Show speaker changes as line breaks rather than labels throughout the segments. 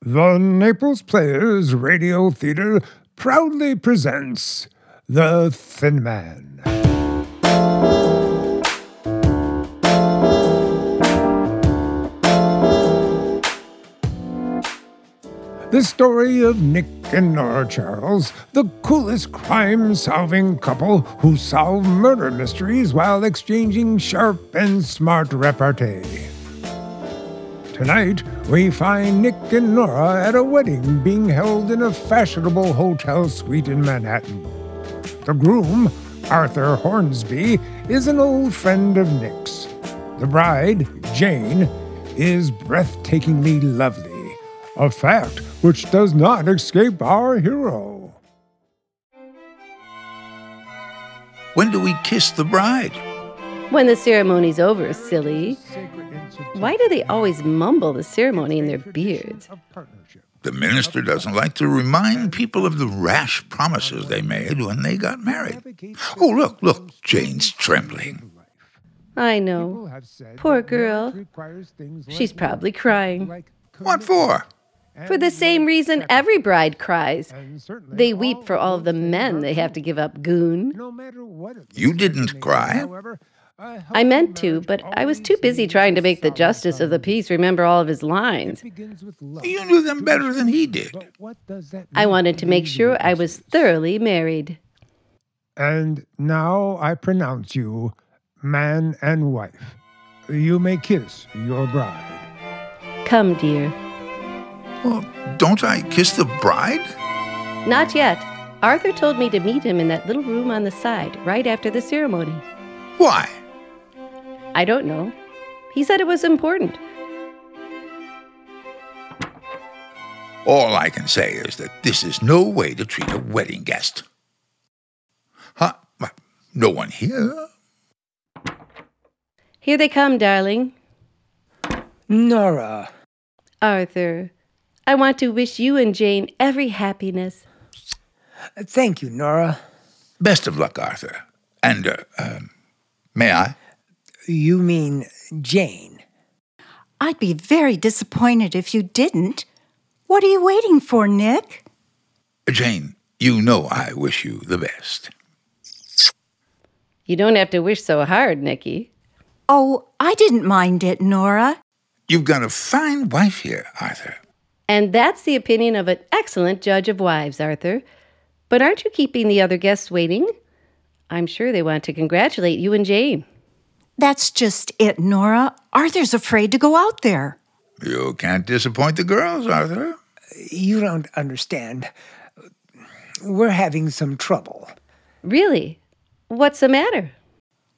The Naples Players Radio Theater proudly presents The Thin Man. The story of Nick and Nora Charles, the coolest crime solving couple who solve murder mysteries while exchanging sharp and smart repartee. Tonight, we find Nick and Nora at a wedding being held in a fashionable hotel suite in Manhattan. The groom, Arthur Hornsby, is an old friend of Nick's. The bride, Jane, is breathtakingly lovely, a fact which does not escape our hero.
When do we kiss the bride?
When the ceremony's over, silly. Why do they always mumble the ceremony in their beards?
The minister doesn't like to remind people of the rash promises they made when they got married. Oh, look, look, Jane's trembling.
I know. Poor girl. She's probably crying.
What for?
For the same reason every bride cries. They weep for all of the men they have to give up, goon.
No matter what it
You
looks
didn't
like,
cry.
however, a
I
healthy
meant to,
marriage
but I was
always
too busy
needs
trying to make the
solid
justice of the
foundation.
piece remember all of his lines.
Begins with love.
You knew them better than he did.
But what does that
I
mean
wanted to make
these
sure I
days?
was thoroughly married.
And now I pronounce you man and wife. You may kiss your bride.
Come, dear.
Well, don't I kiss the bride?
Not yet. Arthur told me to meet him in that little room on the side right after the ceremony.
Why?
I don't know. He said it was important.
All I can say is that this is no way to treat a wedding guest. Huh? What, No one here?
Here they come, darling.
Nora,
Arthur, I want to wish you and Jane every happiness.
thank you, Nora.
Best of luck, Arthur. And, uh, um, may I?
You mean Jane.
I'd be very disappointed if you didn't. What are you waiting for, Nick?
Jane, you know I wish you the best.
You don't have to wish so hard, Nicky.
Oh, I didn't mind it, Nora.
You've got a fine wife here, Arthur.
And that's the opinion of an excellent judge of wives, Arthur. But aren't you keeping the other guests waiting? I'm sure they want to congratulate you and Jane.
That's just it, Nora. Arthur's afraid to go out there.
You can't disappoint the girls, Arthur.
You don't understand. We're having some trouble.
Really? What's the matter?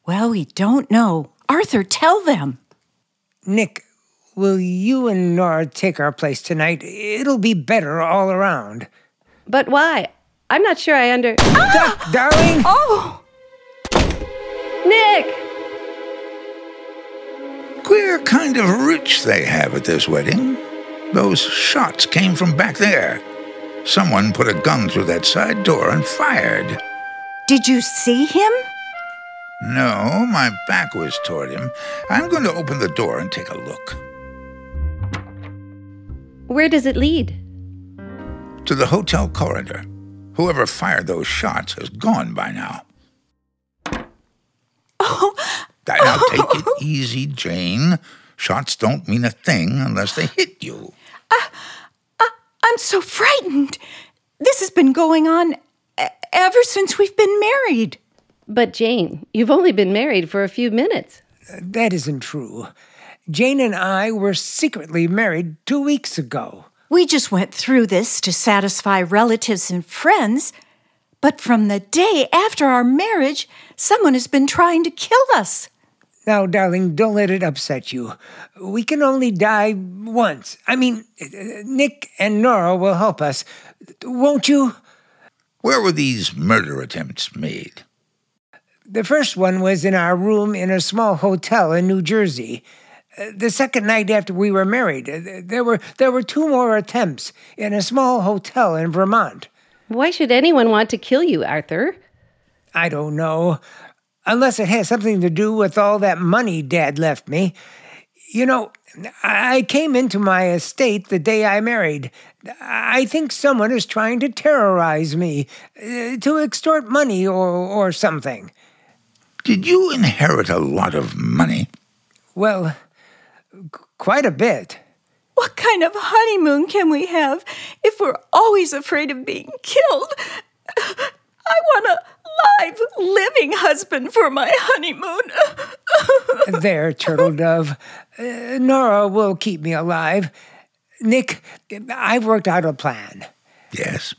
Well, we don't know. Arthur, tell them.
Nick, will you and Nora take our place tonight? It'll be better all around.
But why? I'm not sure I under.
Duck, darling!
Oh!
Nick!
Queer kind of rich they have at this wedding. Those shots came from back there. Someone put a gun through that side door and fired.
Did you see him?
No, my back was toward him. I'm going to open the door and take a look.
Where does it lead?
To the hotel corridor. Whoever fired those shots is gone by now. Oh. Now take it easy, Jane. Shots don't mean a thing unless they hit you.
Oh, I'm so frightened. This has been going on e- ever since we've been married.
But Jane, you've only been married for a few minutes.
That isn't true. Jane and I were secretly married two weeks ago.
We just went through this to satisfy relatives and friends, but from the day after our marriage, someone has been trying to kill us.
Now, darling, don't let it upset you. We can only die once. I mean, uh, Nick and Nora will help us. Won't you?
Where were these murder attempts made?
The first one was in our room in a small hotel in New Jersey. Uh, The second night after we were married, uh, th- there were there were two more attempts in a small hotel in Vermont.
Why should anyone want to kill you, Arthur?
I don't know, unless it has something to do with all that money Dad left me. You know, I came into my estate the day I married. I think someone is trying to terrorize me uh, to extort money or, or something.
Did you inherit a lot of money?
Well, qu- quite a bit.
What kind of honeymoon can we have if we're always afraid of being killed? I want a live, living husband for my honeymoon.
There, Turtle Dove. Uh, Nora will keep me alive. Nick, I've worked out a plan.
Yes.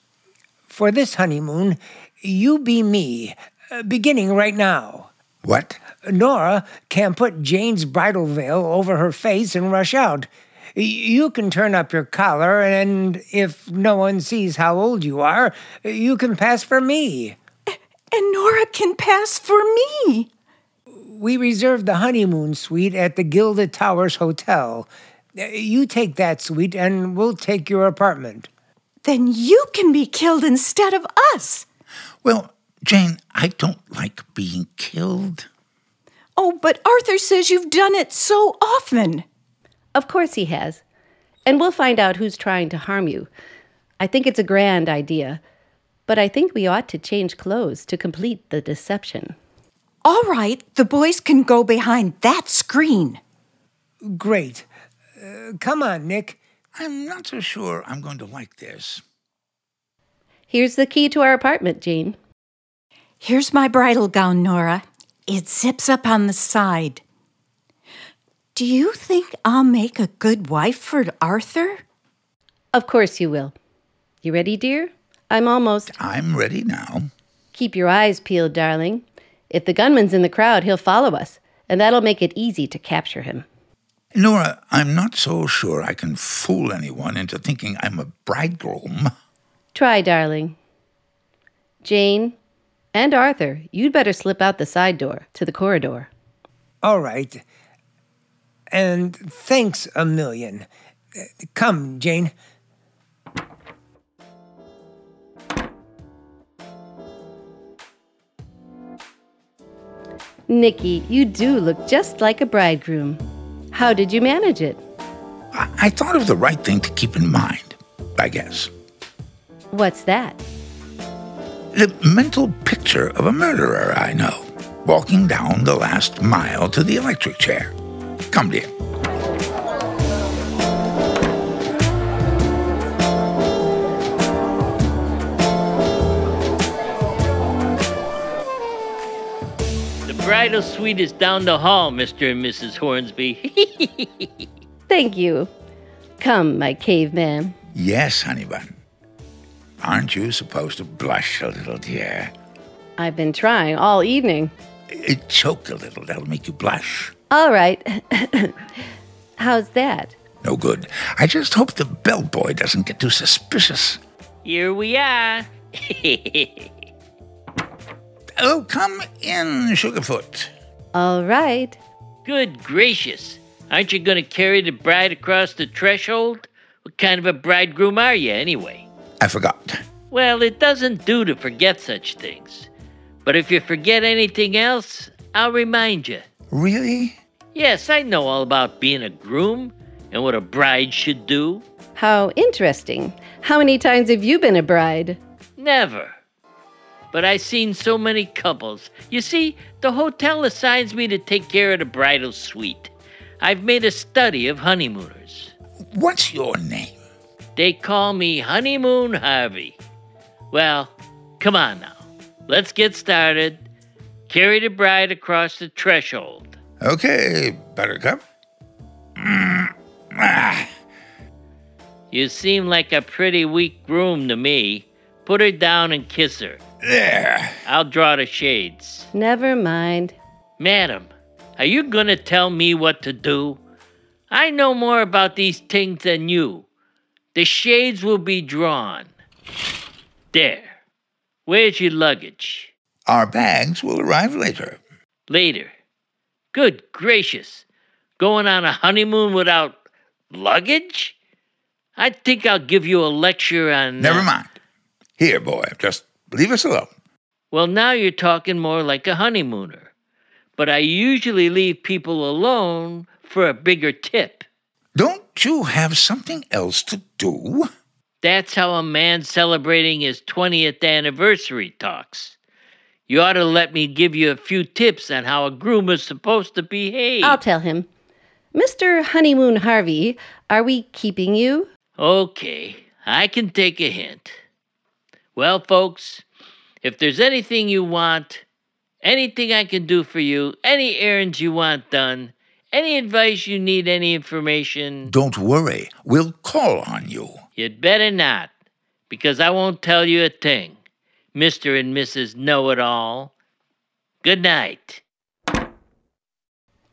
For this honeymoon, you be me, uh, beginning right now.
What?
Nora can put Jane's bridal veil over her face and rush out. Y- You can turn up your collar, and if no one sees how old you are, you can pass for me.
and Nora can pass for me.
We reserved the honeymoon suite at the Gilded Towers Hotel. Uh, You take that suite, and we'll take your apartment.
Then you can be killed instead of us.
Well, Jane, I don't like being killed.
Oh, but Arthur says you've done it so often.
Of course he has. And we'll find out who's trying to harm you. I think it's a grand idea, but I think we ought to change clothes to complete the deception.
All right, the boys can go behind that screen.
Great. Uh, come on, Nick.
I'm not so sure I'm going to like this.
Here's the key to our apartment, Jane.
Here's my bridal gown, Nora. It zips up on the side. Do you think I'll make a good wife for Arthur?
Of course you will. You ready, dear? I'm almost.
I'm ready now.
Keep your eyes peeled, darling. If the gunman's in the crowd, he'll follow us, and that'll make it easy to capture him.
Nora, I'm not so sure I can fool anyone into thinking I'm a bridegroom.
Try, darling. Jane and Arthur, you'd better slip out the side door to the corridor.
All right. And thanks a million. Uh, Come, Jane.
Nikki, you do look just like a bridegroom. How did you manage it?
I, I thought of the right thing to keep in mind, I guess.
What's that?
The mental picture of a murderer I know, walking down the last mile to the electric chair. Come, dear.
The bridal suite is down the hall, Mr. and Mrs. Hornsby.
Thank you. Come, my caveman.
Yes, honey bun. Aren't you supposed to blush a little, dear?
I've been trying all evening.
Eh, choke a little, that'll make you blush.
All right. How's that?
No good. I just hope the bellboy doesn't get too suspicious.
Here we are.
Oh, come in, Sugarfoot.
All right.
Good gracious. Aren't you going to carry the bride across the threshold? What kind of a bridegroom are you, anyway?
I forgot.
Well, it doesn't do to forget such things. But if you forget anything else, I'll remind you.
Really?
Yes, I know all about being a groom and what a bride should do.
How interesting. How many times have you been a bride?
Never. But I seen so many couples. You see, the hotel assigns me to take care of the bridal suite. I've made a study of honeymooners.
What's your name?
They call me Honeymoon Harvey. Well, come on now. Let's get started. Carry the bride across the threshold.
Okay, Buttercup. Mm, ah,
You seem like a pretty weak groom to me. Put her down and kiss her.
there.
I'll draw the shades.
Never mind.
Madam, are you going to tell me what to do? I know more about these things than you. The shades will be drawn. There. Where's your luggage?
Our bags will arrive later.
Later. Good gracious. Going on a honeymoon without luggage? I think I'll give you a lecture on.
Never mind. Here, boy, just leave us alone.
Well, now you're talking more like a honeymooner. But I usually leave people alone for a bigger tip.
Don't you have something else to do?
That's how a man celebrating his 20th anniversary talks. You ought to let me give you a few tips on how a groom is supposed to behave.
I'll tell him. Mr. Honeymoon Harvey, are we keeping you?
Okay, I can take a hint. Well, folks, if there's anything you want, anything I can do for you, any errands you want done, any advice you need, any information,
Don't worry, we'll call on you.
you'd better not, because I won't tell you a thing, Mr. and Mrs. Know It All. Good night.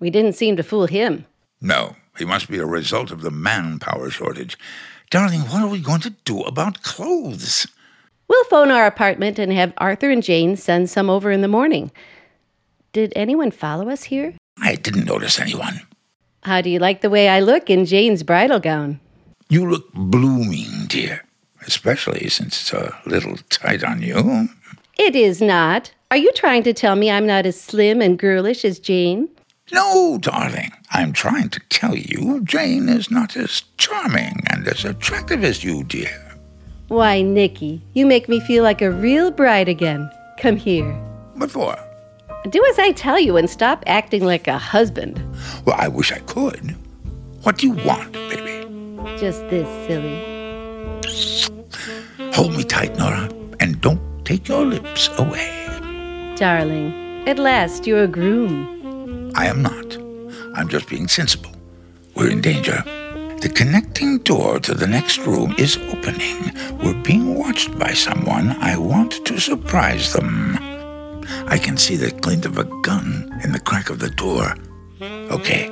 We didn't seem to fool him.
No, he must be a result of the manpower shortage. Darling, what are we going to do about clothes?
We'll phone our apartment and have Arthur and Jane send some over in the morning. Did anyone follow us here?
I didn't notice anyone.
How do you like the way I look in Jane's bridal gown?
You look blooming, dear, especially since it's a little tight on you.
It is not. Are you trying to tell me I'm not as slim and girlish as Jane?
No, darling, I'm trying to tell you Jane is not as charming and as attractive as you, dear.
Why, Nicky, you make me feel like a real bride again. Come here.
What for?
Do as I tell you and stop acting like a husband.
Well, I wish I could. What do you want, baby?
Just this, silly.
Hold me tight, Nora, and don't take your lips away.
Darling, at last you're a groom.
I am not. I'm just being sensible. We're in danger. The connecting door to the next room is opening. We're being watched by someone. I want to surprise them. I can see the glint of a gun in the crack of the door. Okay,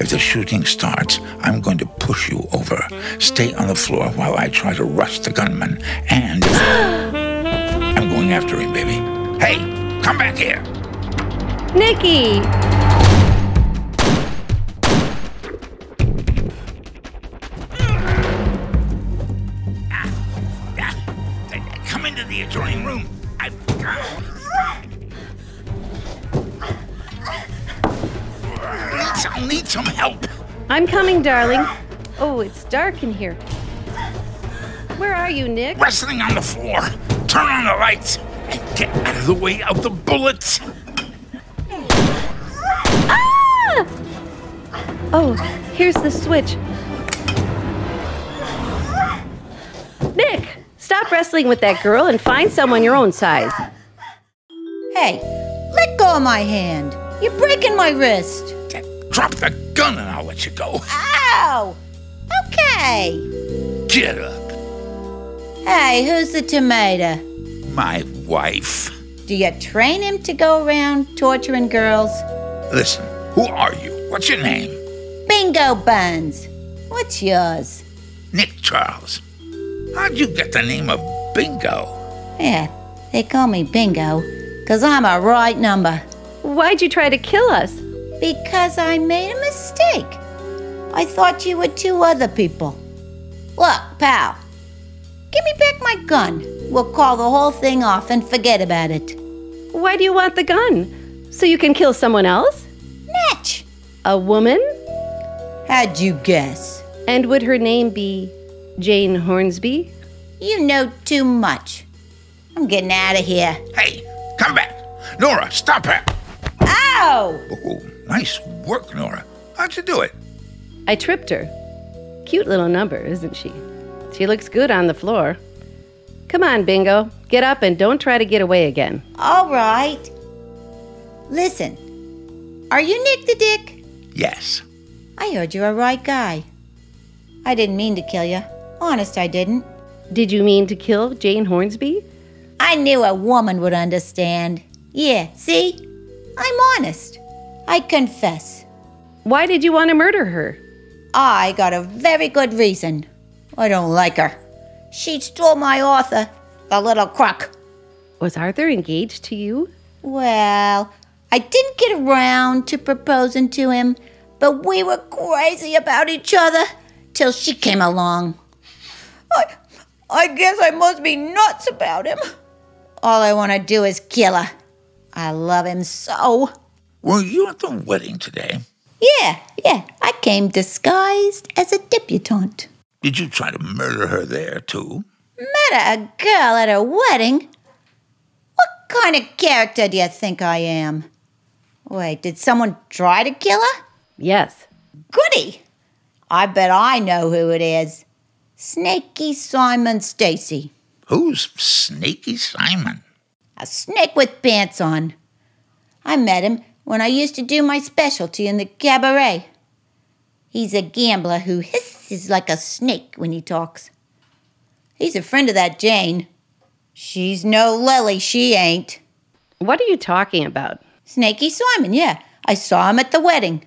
if the shooting starts, I'm going to push you over. Stay on the floor while I try to rush the gunman. And I'm going after him, baby. Hey, come back here.
Nicky!
Come into the adjoining room. I. Need some, need some help.
I'm coming, darling. Oh, it's dark in here. Where are you, Nick?
Wrestling on the floor. Turn on the lights. And get out of the way of the bullets.
Ah! Oh, here's the switch. Nick, stop wrestling with that girl and find someone your own size.
Hey, let go of my hand. You're breaking my wrist.
Drop the gun and I'll let you go.
Ow! Okay.
Get up,
Hey, who's the tomato?
my wife.
Do you train him to go around torturing girls?
Listen, who are you? What's your name?
Bingo buns. What's yours?
Nick Charles. How'd you get the name of Bingo?
Yeah, they call me Bingo, 'cause I'm a right number.
Why'd you try to kill us?
Because I made a mistake. I thought you were two other people. Look, pal, give me back my gun. We'll call the whole thing off and forget about it.
Why do you want the gun? So you can kill someone else?
Natch!
A woman?
How'd you guess?
And would her name be Jane Hornsby?
You know too much. I'm getting out of here.
Hey, come back. Nora, stop her.
Ow!
Oh, nice work, Nora. How'd you do it?
I tripped her. Cute little number, isn't she? She looks good on the floor. Come on, Bingo. Get up and don't try to get away again.
All right. Listen, are you Nick the Dick?
Yes.
I heard you're a right guy. I didn't mean to kill you. Honest, I didn't.
Did you mean to kill Jane Hornsby?
I knew a woman would understand. Yeah, see? I'm honest. I confess.
Why did you want to murder her?
I got a very good reason. I don't like her. She stole my author, the little crook.
Was Arthur engaged to you?
Well, I didn't get around to proposing to him, but we were crazy about each other till she came along. I, I guess I must be nuts about him. All I want to do is kill her. I love him so.
Were you at the wedding today?
Yeah, yeah, I came disguised as a debutante.
Did you try to murder her there, too?
Met a girl at a wedding? What kind of character do you think I am? Wait, did someone try to kill her?
Yes.
Goody! I bet I know who it is. Snaky Simon Stacy.
Who's Snaky Simon?
a snake with pants on. I met him when I used to do my specialty in the cabaret. He's a gambler who hisses like a snake when he talks. He's a friend of that Jane. She's no Lily, she ain't.
What are you talking about?
Snaky Simon, yeah. I saw him at the wedding.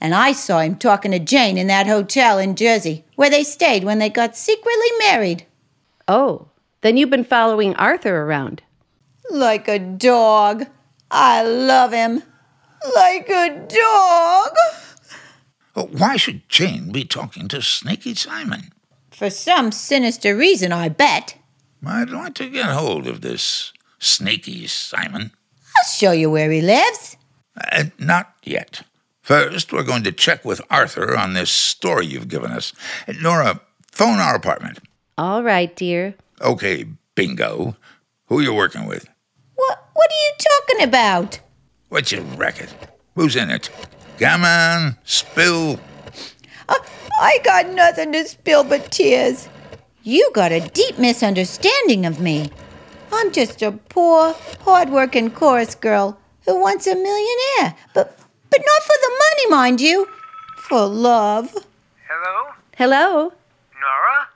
And I saw him talking to Jane in that hotel in Jersey where they stayed when they got secretly married.
Oh, then you've been following Arthur around.
Like a dog. I love him. Like a dog.
Oh, Why should Jane be talking to Snaky Simon?
For some sinister reason, I bet.
I'd like to get hold of this Snaky Simon.
I'll show you where he lives.
Uh, not yet. First, we're going to check with Arthur on this story you've given us. Uh, Nora, phone our apartment.
All right, dear.
Okay, bingo. Who you working with?
What what are you talking about?
What's your racket? Who's in it? Gammon, Spill.
Uh, I got nothing to spill but tears. You got a deep misunderstanding of me. I'm just a poor, hard-working chorus girl who wants a millionaire, but but not for the money, mind you. For love.
Hello?
Hello?
Nora?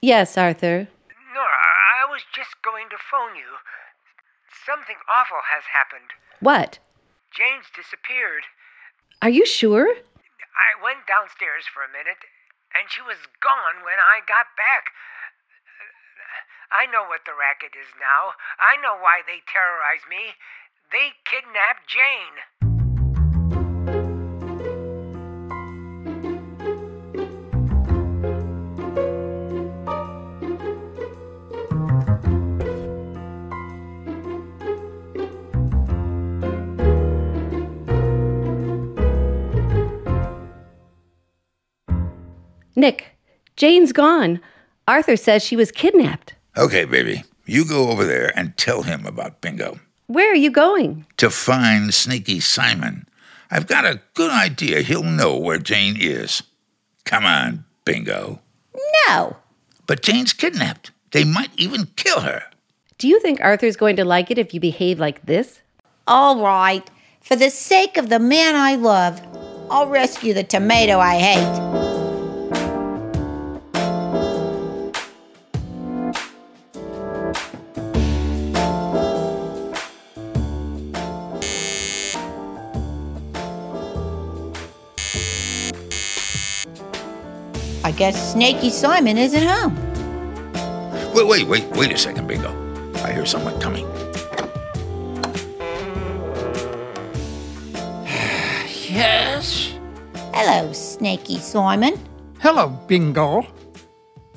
Yes, Arthur.
Nora, I was just going to phone you. Something awful has happened.
What?
Jane's disappeared.
Are you sure?
I went downstairs for a minute, and she was gone when I got back. I know what the racket is now. I know why they terrorize me. They kidnapped Jane.
Nick, Jane's gone. Arthur says she was kidnapped.
Okay, baby. You go over there and tell him about bingo.
Where are you going?
To find Snaky Simon. I've got a good idea he'll know where Jane is. Come on, bingo.
No.
But Jane's kidnapped. They might even kill her.
Do you think Arthur's going to like it if you behave like this?
All right. For the sake of the man I love, I'll rescue the tomato I hate. I guess Snaky Simon isn't home.
Wait, wait, wait, wait a second, bingo. I hear someone coming.
Yes?
Hello, Snaky Simon.
Hello, Bingo.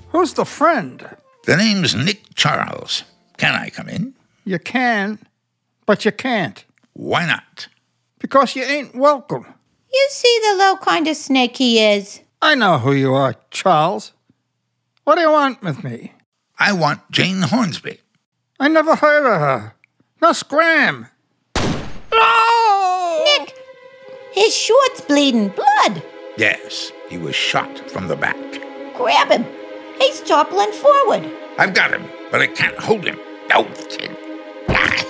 Who's the friend?
The name's Nick Charles. Can I come in?
You can, but you can't,
Why not?
because you ain't welcome.
You see the low kind of snake he is.
I know who you are, Charles. What do you want with me?
I want Jane Hornsby.
I never heard of her. Now scram! Oh!
Nick, his short's bleeding blood.
Yes, he was shot from the back.
Grab him. He's toppling forward.
I've got him, but I can't hold him. Oh, shit. Ah,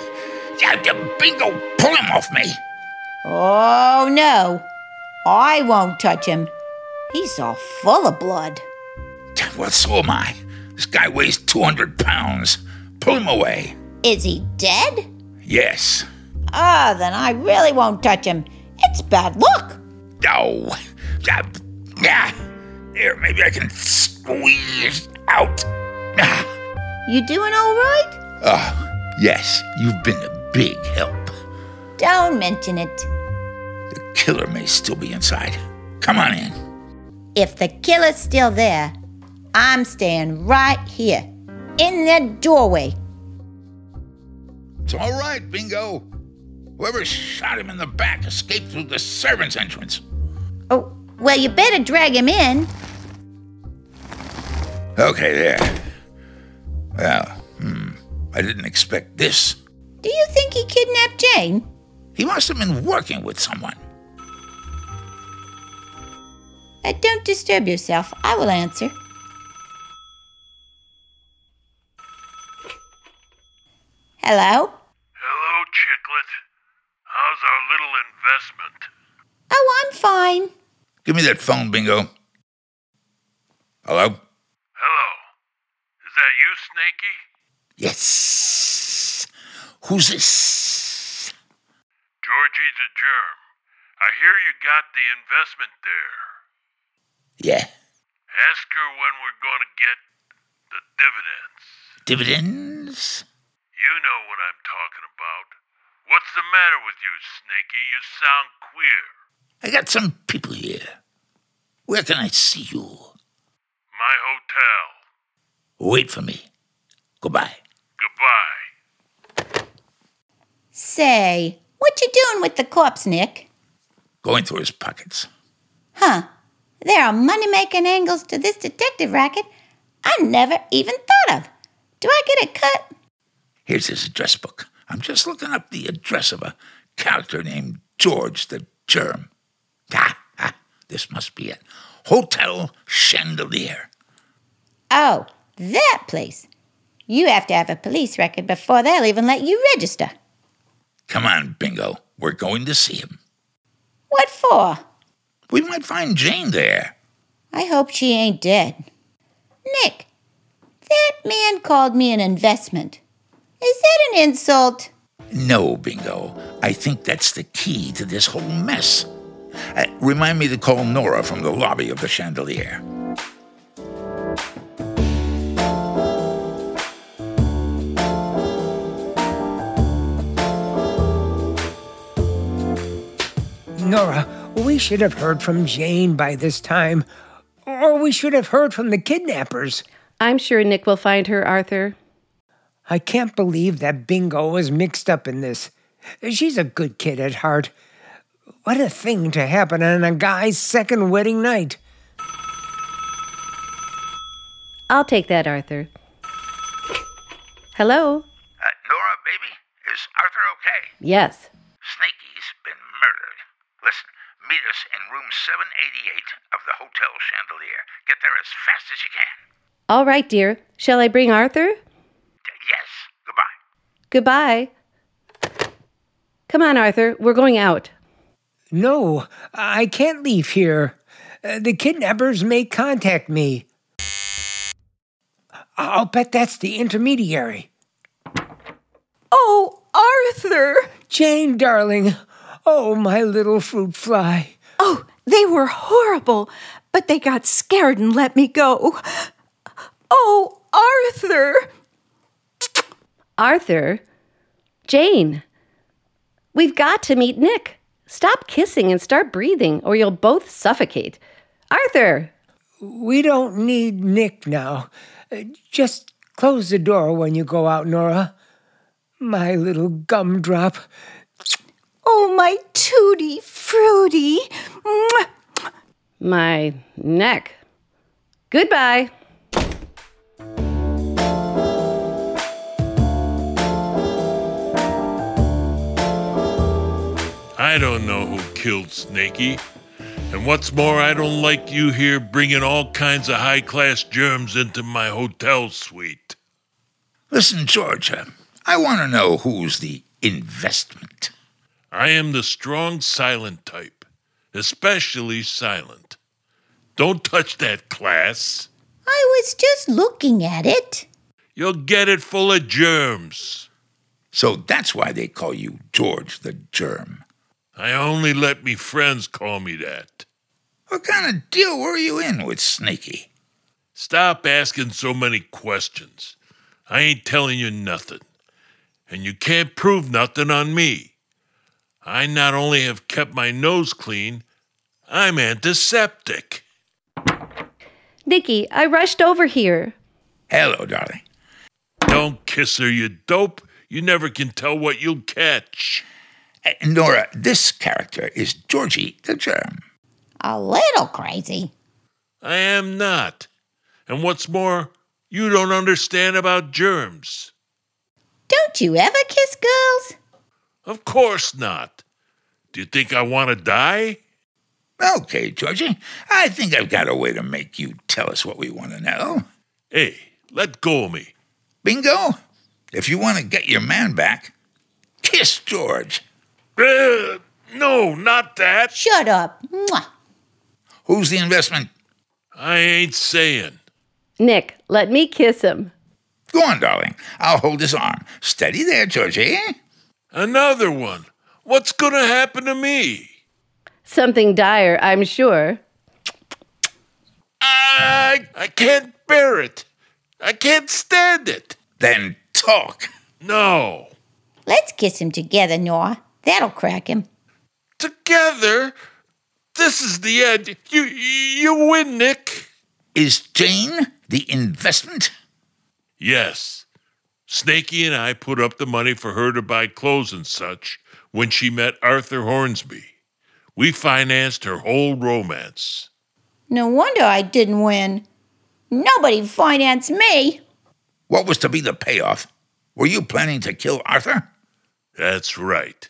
yeah, yeah, bingo, pull him off me.
Oh, no. I won't touch him. He's all full of blood.
Yeah, Well, so am I. This guy weighs 200 pounds. Pull him away.
Is he dead?
Yes.
Ah, then I really won't touch him. It's bad luck.
Oh, yeah, yeah. Here, maybe I can squeeze out. Ah.
You doing all right?
Oh, yes, you've been a big help.
Don't mention it.
The killer may still be inside. Come on in.
If the killer's still there, I'm staying right here in the doorway.
It's all right, Bingo. Whoever shot him in the back escaped through the servants' entrance.
Oh, well, you better drag him in.
Okay, there. Well, hmm. I didn't expect this.
Do you think he kidnapped Jane?
He must have been working with someone.
Uh, don't disturb yourself. I will answer. Hello?
Hello, Chicklet. How's our little investment?
Oh, I'm fine.
Give me that phone, Bingo. Hello?
Hello. Is that you, Snaky?
Yes. Who's this?
Georgie the Germ. I hear you got the investment there.
Yeah.
Ask her when we're going to get the dividends.
Dividends?
You know what I'm talking about. What's the matter with you, Snaky? You sound queer.
I got some people here. Where can I see you?
My hotel.
Wait for me. Goodbye.
Goodbye.
Say, what you doing with the corpse, Nick?
Going through his pockets.
Huh. There are money making angles to this detective racket I never even thought of. Do I get a cut?
Here's his address book. I'm just looking up the address of a character named George the Germ. Ah, ah, this must be it. Hotel Chandelier.
Oh, that place. You have to have a police record before they'll even let you register.
Come on, Bingo. We're going to see him.
What for?
We might find Jane there.
I hope she ain't dead. Nick, that man called me an investment. Is that an insult?
No, Bingo. I think that's the key to this whole mess. Uh, remind me to call Nora from the lobby of the Chandelier.
Nora, we should have heard from Jane by this time, or we should have heard from the kidnappers.
I'm sure Nick will find her, Arthur.
I can't believe that Bingo was mixed up in this. She's a good kid at heart. What a thing to happen on a guy's second wedding night.
I'll take that, Arthur. Hello?
Uh, Nora, baby, is Arthur okay?
Yes.
Snaky's been murdered. Listen, meet us in room 788 of the Hotel Chandelier. Get there as fast as you can.
All right, dear. Shall I bring Arthur?
D- yes, goodbye.
Goodbye. Come on, Arthur. We're going out.
No, I can't leave here. Uh, the kidnappers may contact me. I'll bet that's the intermediary.
Oh, Arthur!
Jane, darling. Oh, my little fruit fly.
Oh, they were horrible, but they got scared and let me go. Oh, Arthur!
Arthur? Jane? We've got to meet Nick. Stop kissing and start breathing, or you'll both suffocate. Arthur!
We don't need Nick now. Uh, Just close the door when you go out, Nora. My little gumdrop.
Oh, my tutti fruity! Mwah.
My neck. Goodbye.
I don't know who killed Snaky. And what's more, I don't like you here bringing all kinds of high class germs into my hotel suite.
Listen, Georgia, I want to know who's the investment.
I am the strong silent type, especially silent. Don't touch that class.
I was just looking at it.
You'll get it full of germs.
So that's why they call you George the Germ.
I only let me friends call me that.
What kind of deal were you in with Snaky?
Stop asking so many questions. I ain't telling you nothing. And you can't prove nothing on me. I not only have kept my nose clean, I'm antiseptic.
Nicky, I rushed over here.
Hello, darling.
Don't kiss her, you dope. You never can tell what you'll catch.
Uh, Nora, this character is Georgie the Germ.
A little crazy.
I am not. And what's more, you don't understand about germs.
Don't you ever kiss girls?
Of course not. Do you think I want to die?
Okay, Georgie, I think I've got a way to make you tell us what we want to know.
Hey, let go of me.
Bingo! If you want to get your man back, kiss George.
Uh, no, not that.
Shut up. Mwah.
Who's the investment?
I ain't saying.
Nick, let me kiss him.
Go on, darling. I'll hold his arm. Steady there, Georgie.
Another one. What's going to happen to me?
Something dire, I'm sure.
I, I can't bear it. I can't stand it.
Then talk.
No.
Let's kiss him together, Nora. That'll crack him.
Together? This is the end. You, you win, Nick.
Is Jane the investment?
Yes. Snaky and I put up the money for her to buy clothes and such when she met Arthur Hornsby. We financed her whole romance.
No wonder I didn't win. Nobody financed me.
What was to be the payoff? Were you planning to kill Arthur?
That's right.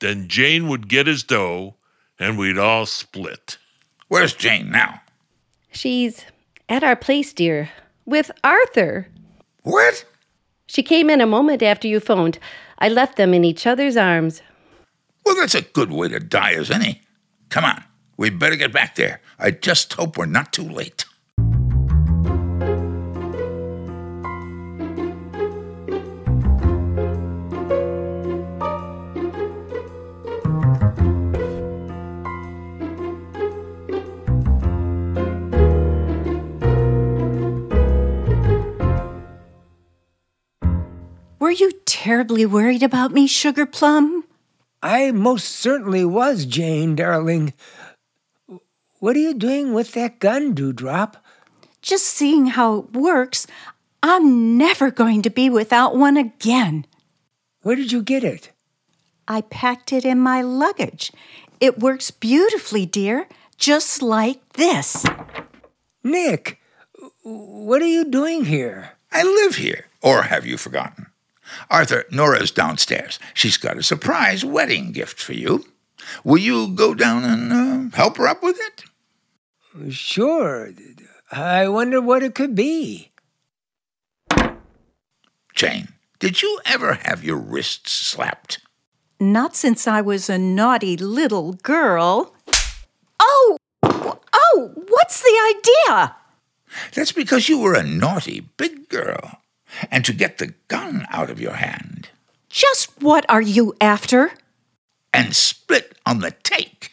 Then Jane would get his dough and we'd all split.
Where's Jane now?
She's at our place, dear, with Arthur.
What?
She came in a moment after you phoned. I left them in each other's arms.
Well, that's a good way to die as any. Come on, we better get back there. I just hope we're not too late.
Were you terribly worried about me, Sugar Plum?
I most certainly was, Jane, darling. What are you doing with that gun, Dewdrop?
Just seeing how it works, I'm never going to be without one again.
Where did you get it?
I packed it in my luggage. It works beautifully, dear, just like this.
Nick, what are you doing here?
I live here, or have you forgotten? Arthur, Nora's downstairs. She's got a surprise wedding gift for you. Will you go down and uh, help her up with it?
Sure. I wonder what it could be.
Jane, did you ever have your wrists slapped?
Not since I was a naughty little girl. Oh! Oh, what's the idea?
That's because you were a naughty big girl and to get the gun out of your hand.
Just what are you after?
And split on the take.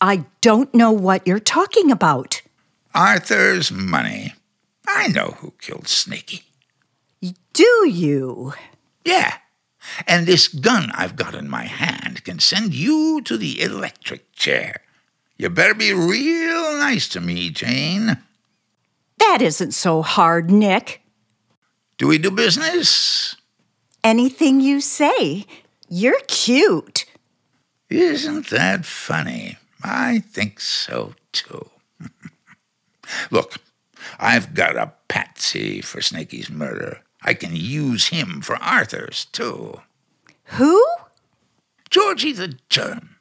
I don't know what you're talking about.
Arthur's money. I know who killed Snaky.
Do you?
Yeah. And this gun I've got in my hand can send you to the electric chair. You better be real nice to me, Jane.
That isn't so hard, Nick.
Do we do business?
Anything you say. You're cute.
Isn't that funny? I think so too. Look, I've got a patsy for Snaky's murder. I can use him for Arthur's too.
Who?
Georgie the Germ.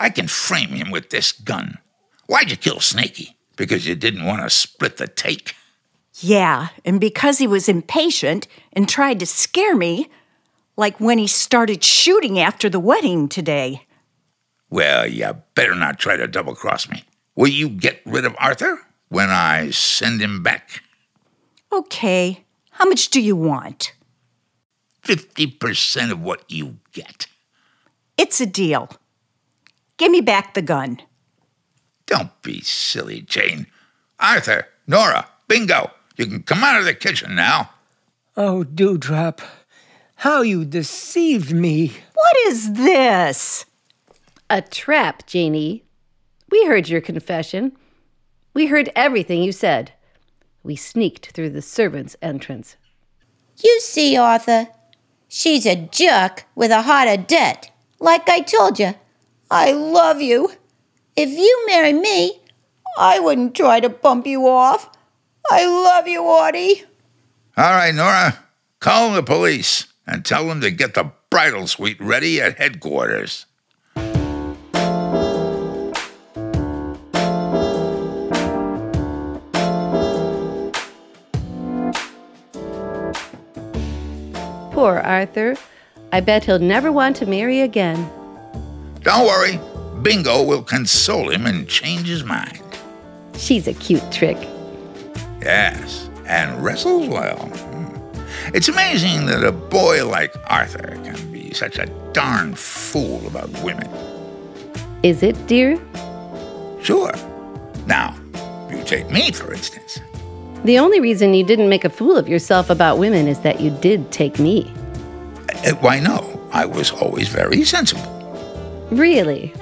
I can frame him with this gun. Why'd you kill Snaky? Because you didn't want to split the take.
Yeah, and because he was impatient and tried to scare me, like when he started shooting after the wedding today.
Well, you better not try to double cross me. Will you get rid of Arthur when I send him back?
Okay, how much do you want?
50% of what you get.
It's a deal. Give me back the gun.
Don't be silly, Jane. Arthur, Nora, bingo. You can come out of the kitchen now.
Oh, Dewdrop, how you deceived me.
What is this?
A trap, Janie. We heard your confession. We heard everything you said. We sneaked through the servants' entrance.
You see, Arthur, she's a jerk with a heart of dirt, Like I told you, I love you. If you marry me, I wouldn't try to bump you off. I love you, Audie.
All right, Nora, call the police and tell them to get the bridal suite ready at headquarters.
Poor Arthur. I bet he'll never want to marry again.
Don't worry, Bingo will console him and change his mind.
She's a cute trick.
Yes, and wrestles well. Hmm. It's amazing that a boy like Arthur can be such a darn fool about women.
Is it, dear?
Sure. Now, you take me, for instance.
The only reason you didn't make a fool of yourself about women is that you did take me.
Uh, Why, no, I was always very sensible.
Really?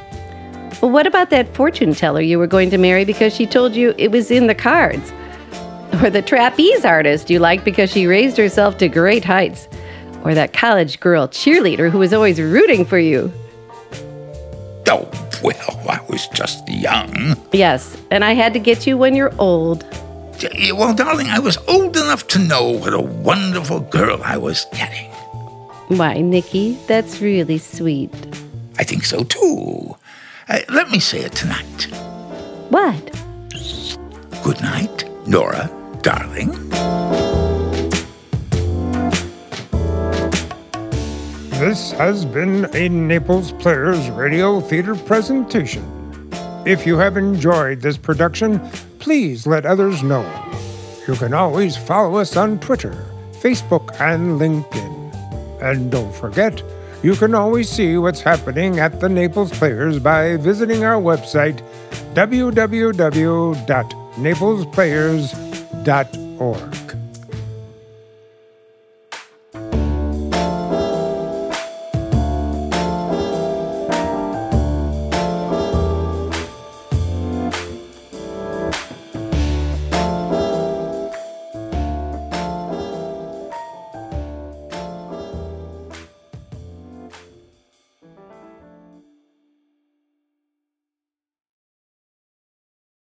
Well, what about that fortune teller you were going to marry because she told you it was in the cards? Or the trapeze artist you liked because she raised herself to great heights? Or that college girl cheerleader who was always rooting for you?
Oh, well, I was just young.
Yes, and I had to get you when you're old.
J- Well, darling, I was old enough to know what a wonderful girl I was getting.
Why, Nikki, that's really sweet.
I think so too. Uh, let me say it tonight.
What?
Good night, Nora, darling.
This has been a Naples Players Radio Theater presentation. If you have enjoyed this production, please let others know. You can always follow us on Twitter, Facebook, and LinkedIn. And don't forget, you can always see what's happening at the Naples Players by visiting our website, www.naplesplayers.org.